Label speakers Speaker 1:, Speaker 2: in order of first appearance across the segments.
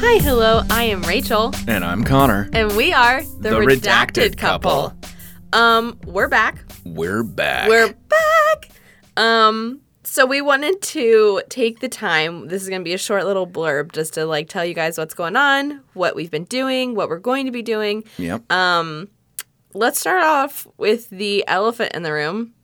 Speaker 1: Hi, hello. I am Rachel,
Speaker 2: And I'm Connor.
Speaker 1: and we are the,
Speaker 2: The
Speaker 1: redacted,
Speaker 2: Redacted
Speaker 1: couple. Um, we're back.
Speaker 2: We're back.
Speaker 1: We're back. Um, so we wanted to take the time. This is going to be a short little blurb just to like tell you guys what's going on, what we've been doing, what we're going to be doing.
Speaker 2: Yep.
Speaker 1: um, Let's start off with the elephant in the room.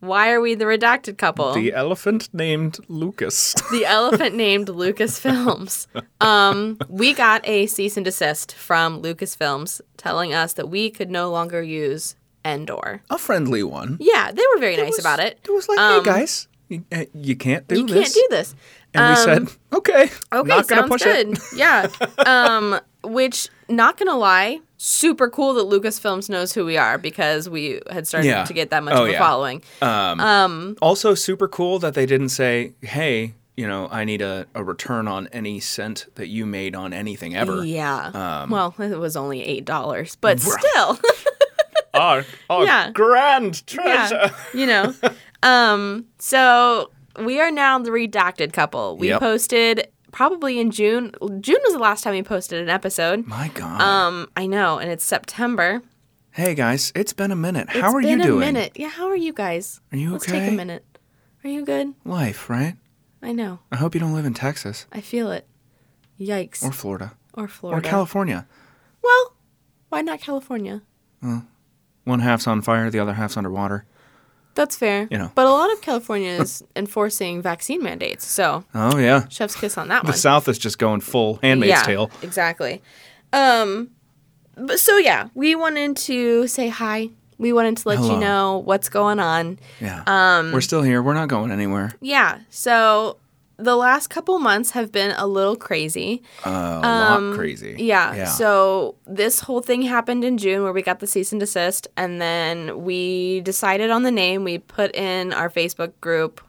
Speaker 1: Why are we the redacted couple?
Speaker 2: the elephant named Lucas.
Speaker 1: the elephant named Lucasfilms. Um, we got a cease and desist from Lucasfilms telling us that we could no longer use Endor.
Speaker 2: a friendly one.
Speaker 1: Yeah, they were very nice about it. Um,
Speaker 2: It was like, hey guys, you, uh, you can't do
Speaker 1: You can't
Speaker 2: this.
Speaker 1: do this.
Speaker 2: and we said, okay.
Speaker 1: Okay,
Speaker 2: not gonna
Speaker 1: sounds
Speaker 2: push
Speaker 1: good.
Speaker 2: It.
Speaker 1: Yeah. Um, which, not gonna lie, super cool that Lucasfilms knows who we are because we had started
Speaker 2: Yeah.
Speaker 1: to get that much
Speaker 2: Oh,
Speaker 1: of a
Speaker 2: yeah.
Speaker 1: following.
Speaker 2: Also, super cool that they didn't say, hey, you know, I need a, a return on any cent that you made on anything ever.
Speaker 1: Yeah.
Speaker 2: Um,
Speaker 1: well, it was only eight dollars, but still.
Speaker 2: Our, our
Speaker 1: Yeah.
Speaker 2: grand
Speaker 1: yeah, you know. Um, so we are now the redacted couple. We
Speaker 2: Yep.
Speaker 1: posted probably in June. June was the last time we posted an episode.
Speaker 2: My God.
Speaker 1: Um, I know, and it's September.
Speaker 2: hey guys, it's been a minute.
Speaker 1: It's
Speaker 2: How are
Speaker 1: been
Speaker 2: you
Speaker 1: a
Speaker 2: doing?
Speaker 1: minute. Yeah, how are you guys?
Speaker 2: Are you
Speaker 1: Let's take
Speaker 2: okay?
Speaker 1: a minute. Are you good?
Speaker 2: Life, right?
Speaker 1: I know.
Speaker 2: I hope you don't live in Texas
Speaker 1: I feel it. Yikes.
Speaker 2: or
Speaker 1: Or,
Speaker 2: Florida
Speaker 1: Florida.
Speaker 2: or California.
Speaker 1: well, why not California?
Speaker 2: One half's on fire, the other half's underwater.
Speaker 1: That's fair.
Speaker 2: You know.
Speaker 1: But a lot of California is enforcing vaccine mandates. So,
Speaker 2: Oh yeah.
Speaker 1: chef's kiss on that
Speaker 2: The
Speaker 1: one.
Speaker 2: South is just going full Handmaid's Tale.
Speaker 1: Exactly. Um but so yeah, we wanted to say hi. We wanted to let you
Speaker 2: Hello.
Speaker 1: know what's going on.
Speaker 2: Yeah.
Speaker 1: Um,
Speaker 2: We're still here. We're not going anywhere.
Speaker 1: Yeah. So the last couple months have been a little crazy.
Speaker 2: Uh, a lot crazy.
Speaker 1: um, Yeah. So this whole thing happened in June where we got the cease and desist and then we decided on the name. We put in our Facebook group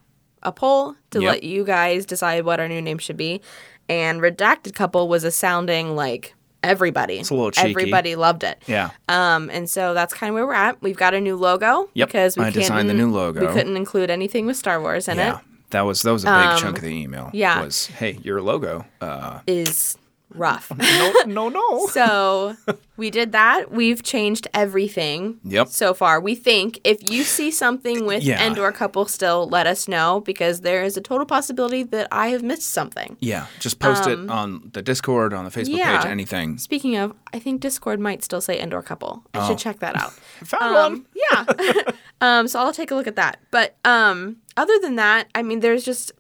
Speaker 1: a poll to
Speaker 2: Yep.
Speaker 1: let you guys decide what our new name should be. And redacted couple was a sounding like everybody. It's
Speaker 2: a little cheeky.
Speaker 1: Everybody loved it.
Speaker 2: yeah.
Speaker 1: Um, and so that's kind of where we're at. We've got a new logo
Speaker 2: Yep.
Speaker 1: because we
Speaker 2: I designed the
Speaker 1: couldn't-
Speaker 2: new logo.
Speaker 1: We couldn't include anything with Star Wars in
Speaker 2: Yeah.
Speaker 1: it.
Speaker 2: That was that was a big chunk of the email.
Speaker 1: Um, yeah.
Speaker 2: Was hey, your logo. Uh,
Speaker 1: Is rough.
Speaker 2: no, no, no.
Speaker 1: So we did that. We've changed everything.
Speaker 2: Yep.
Speaker 1: So far, we think if you see something with
Speaker 2: Yeah.
Speaker 1: Endor couple still, let us know because there is a total possibility that I have missed something.
Speaker 2: yeah. Just post it on the Discord, on the Facebook
Speaker 1: um, yeah.
Speaker 2: page, anything.
Speaker 1: Speaking of, I think Discord might still say Endor couple. I
Speaker 2: Oh.
Speaker 1: should check that out.
Speaker 2: Found one.
Speaker 1: Um, yeah. um, so I'll take a look at that. But um, other than that, I mean, there's just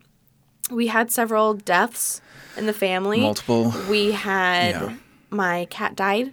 Speaker 1: we had several deaths in the family.
Speaker 2: Multiple.
Speaker 1: We had
Speaker 2: Yeah. Mm-hmm.
Speaker 1: my cat died.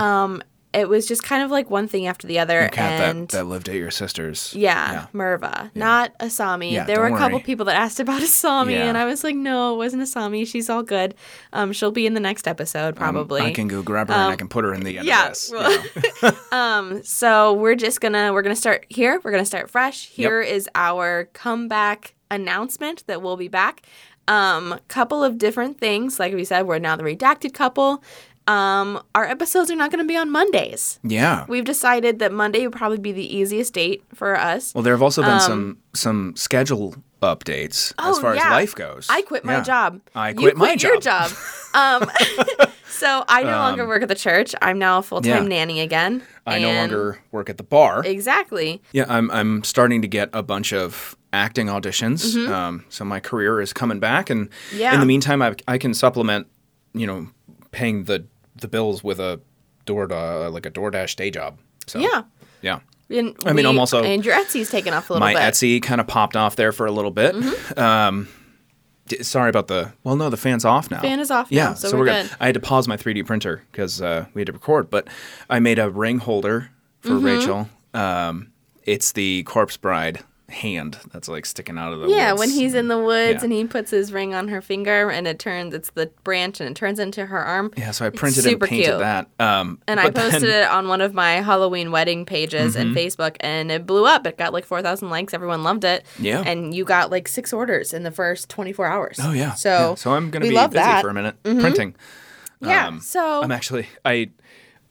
Speaker 1: Um, it was just kind of like one thing after the other,
Speaker 2: Cat
Speaker 1: and
Speaker 2: that, that lived at your sister's.
Speaker 1: yeah, Merva, not Asami.
Speaker 2: Yeah,
Speaker 1: there were a
Speaker 2: don't
Speaker 1: couple
Speaker 2: worry.
Speaker 1: people that asked about Asami,
Speaker 2: Yeah.
Speaker 1: and I was like, no, it wasn't Asami. She's all good. Um, she'll be in the next episode probably. Um,
Speaker 2: I can go grab her and I can put her in the end
Speaker 1: yeah,
Speaker 2: of this.
Speaker 1: well- Um, So we're just gonna we're gonna start here. We're gonna start fresh. Here is our comeback announcement that we'll be back. Um, couple of different things. Like we said, we're now the redacted couple. Um, our episodes are not gonna be on Mondays.
Speaker 2: Yeah.
Speaker 1: We've decided that Monday would probably be the easiest date for us.
Speaker 2: Well, there have also been some some schedule updates as
Speaker 1: Um, Oh,
Speaker 2: far
Speaker 1: yeah.
Speaker 2: as life goes.
Speaker 1: I quit my
Speaker 2: Yeah.
Speaker 1: job.
Speaker 2: I
Speaker 1: You
Speaker 2: quit my
Speaker 1: quit your job. Um, so I no longer work at the church. I'm now a full time
Speaker 2: Um, yeah.
Speaker 1: nanny again.
Speaker 2: I no
Speaker 1: and-
Speaker 2: longer work at the bar.
Speaker 1: exactly.
Speaker 2: yeah, I'm I'm starting to get a bunch of acting auditions. Um, so my career is coming back, and
Speaker 1: Mm-hmm. Yeah.
Speaker 2: in the meantime, I I can supplement, you know, paying the the bills with a door uh, like a DoorDash day job. So
Speaker 1: Yeah.
Speaker 2: yeah.
Speaker 1: And
Speaker 2: I mean,
Speaker 1: we-
Speaker 2: I'm also-
Speaker 1: and your Etsy's taken off a little
Speaker 2: My
Speaker 1: bit. Mm-hmm.
Speaker 2: Etsy kind of popped off there for a little bit. Um, d- sorry about the. Well, no, the fan's off now.
Speaker 1: Fan is off now,
Speaker 2: Yeah,
Speaker 1: so we're good.
Speaker 2: I had to pause my 3D printer because uh, we had to record, but I made a ring holder for
Speaker 1: Mm-hmm.
Speaker 2: Rachel. Um, it's the corpse bride hand that's like sticking out of the
Speaker 1: Yeah,
Speaker 2: woods.
Speaker 1: when he's in the woods
Speaker 2: Yeah.
Speaker 1: and he puts his ring on her finger and it turns, it's the branch and it turns into her arm.
Speaker 2: yeah, so I printed and
Speaker 1: super
Speaker 2: painted
Speaker 1: cute.
Speaker 2: that. Um,
Speaker 1: And I
Speaker 2: but
Speaker 1: posted
Speaker 2: then- Mm-hmm.
Speaker 1: it on one of my Halloween wedding pages and Facebook and it blew up. It got like 4,000 likes. Everyone loved it.
Speaker 2: Yeah.
Speaker 1: And you got like six orders in the first 24 hours.
Speaker 2: Oh yeah.
Speaker 1: So,
Speaker 2: yeah. so I'm gonna
Speaker 1: we
Speaker 2: be
Speaker 1: love
Speaker 2: busy
Speaker 1: that. Mm-hmm.
Speaker 2: for a minute printing.
Speaker 1: Yeah.
Speaker 2: Um,
Speaker 1: so,
Speaker 2: I'm actually I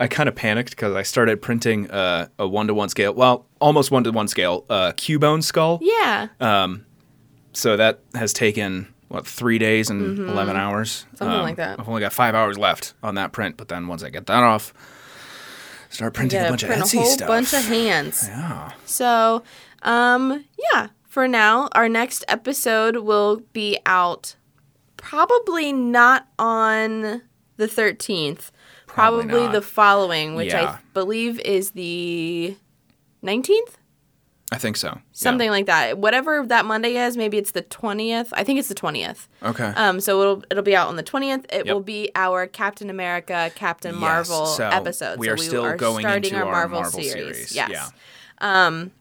Speaker 2: I kind of panicked because I started printing uh, a one to one scale, well, almost one to one scale, uh, Cubone skull.
Speaker 1: yeah.
Speaker 2: So that has taken what three days and eleven hours,
Speaker 1: Mm-hmm.
Speaker 2: Um,
Speaker 1: Something like that.
Speaker 2: I've only got five hours left on that print, but then once I get that off, start printing a
Speaker 1: gotta
Speaker 2: bunch of
Speaker 1: print
Speaker 2: Etsy
Speaker 1: a whole
Speaker 2: stuff.
Speaker 1: bunch of hands.
Speaker 2: yeah,
Speaker 1: So, um, yeah, for now, our next episode will be out probably not on the 13th,
Speaker 2: Probably
Speaker 1: probably,
Speaker 2: not.
Speaker 1: the following, which I
Speaker 2: Yeah.
Speaker 1: believe is the 19th,
Speaker 2: I think so. Yeah.
Speaker 1: something like that. Whatever that Monday is, maybe it's the 20th. I think it's the 20th.
Speaker 2: Okay.
Speaker 1: Um, so it'll it'll be out on the 20th. It
Speaker 2: Yep.
Speaker 1: will be our Captain America, Captain
Speaker 2: Yes,
Speaker 1: Marvel
Speaker 2: so
Speaker 1: episode.
Speaker 2: we
Speaker 1: so
Speaker 2: are still going
Speaker 1: starting
Speaker 2: into
Speaker 1: our
Speaker 2: our
Speaker 1: Marvel,
Speaker 2: Marvel
Speaker 1: series.
Speaker 2: series,
Speaker 1: Yes.
Speaker 2: yeah.
Speaker 1: Um,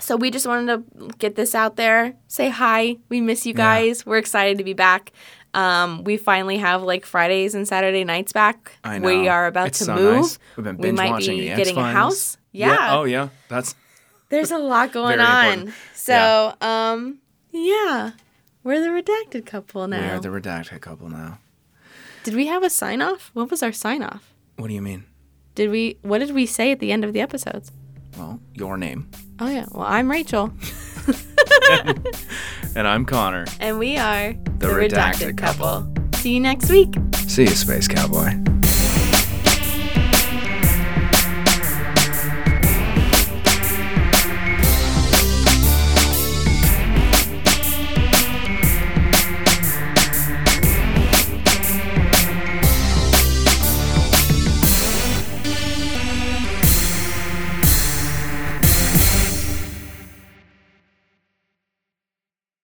Speaker 1: so we just wanted to get this out there. Say hi. We miss you guys. We're excited to be back. Um, we finally have like Fridays and Saturday nights back.
Speaker 2: I
Speaker 1: We
Speaker 2: know.
Speaker 1: are about
Speaker 2: It's
Speaker 1: to
Speaker 2: so
Speaker 1: move.
Speaker 2: nice. We've been
Speaker 1: we
Speaker 2: binge
Speaker 1: might
Speaker 2: watching
Speaker 1: be
Speaker 2: the
Speaker 1: getting a
Speaker 2: X-Files.
Speaker 1: house. Yeah.
Speaker 2: Oh yeah. That's
Speaker 1: There's a lot going
Speaker 2: Very
Speaker 1: on.
Speaker 2: important.
Speaker 1: So, um, yeah. We're the redacted couple now.
Speaker 2: we are the redacted couple now.
Speaker 1: Did we have a sign off? What was our sign off?
Speaker 2: What do you mean?
Speaker 1: Did we what did we say at the end of the episodes?
Speaker 2: Well, your name.
Speaker 1: Oh yeah. Well, I'm Rachel
Speaker 2: And I'm Connor.
Speaker 1: and we are
Speaker 2: The Redacted Couple.
Speaker 1: See you next week.
Speaker 2: See you, Space Cowboy.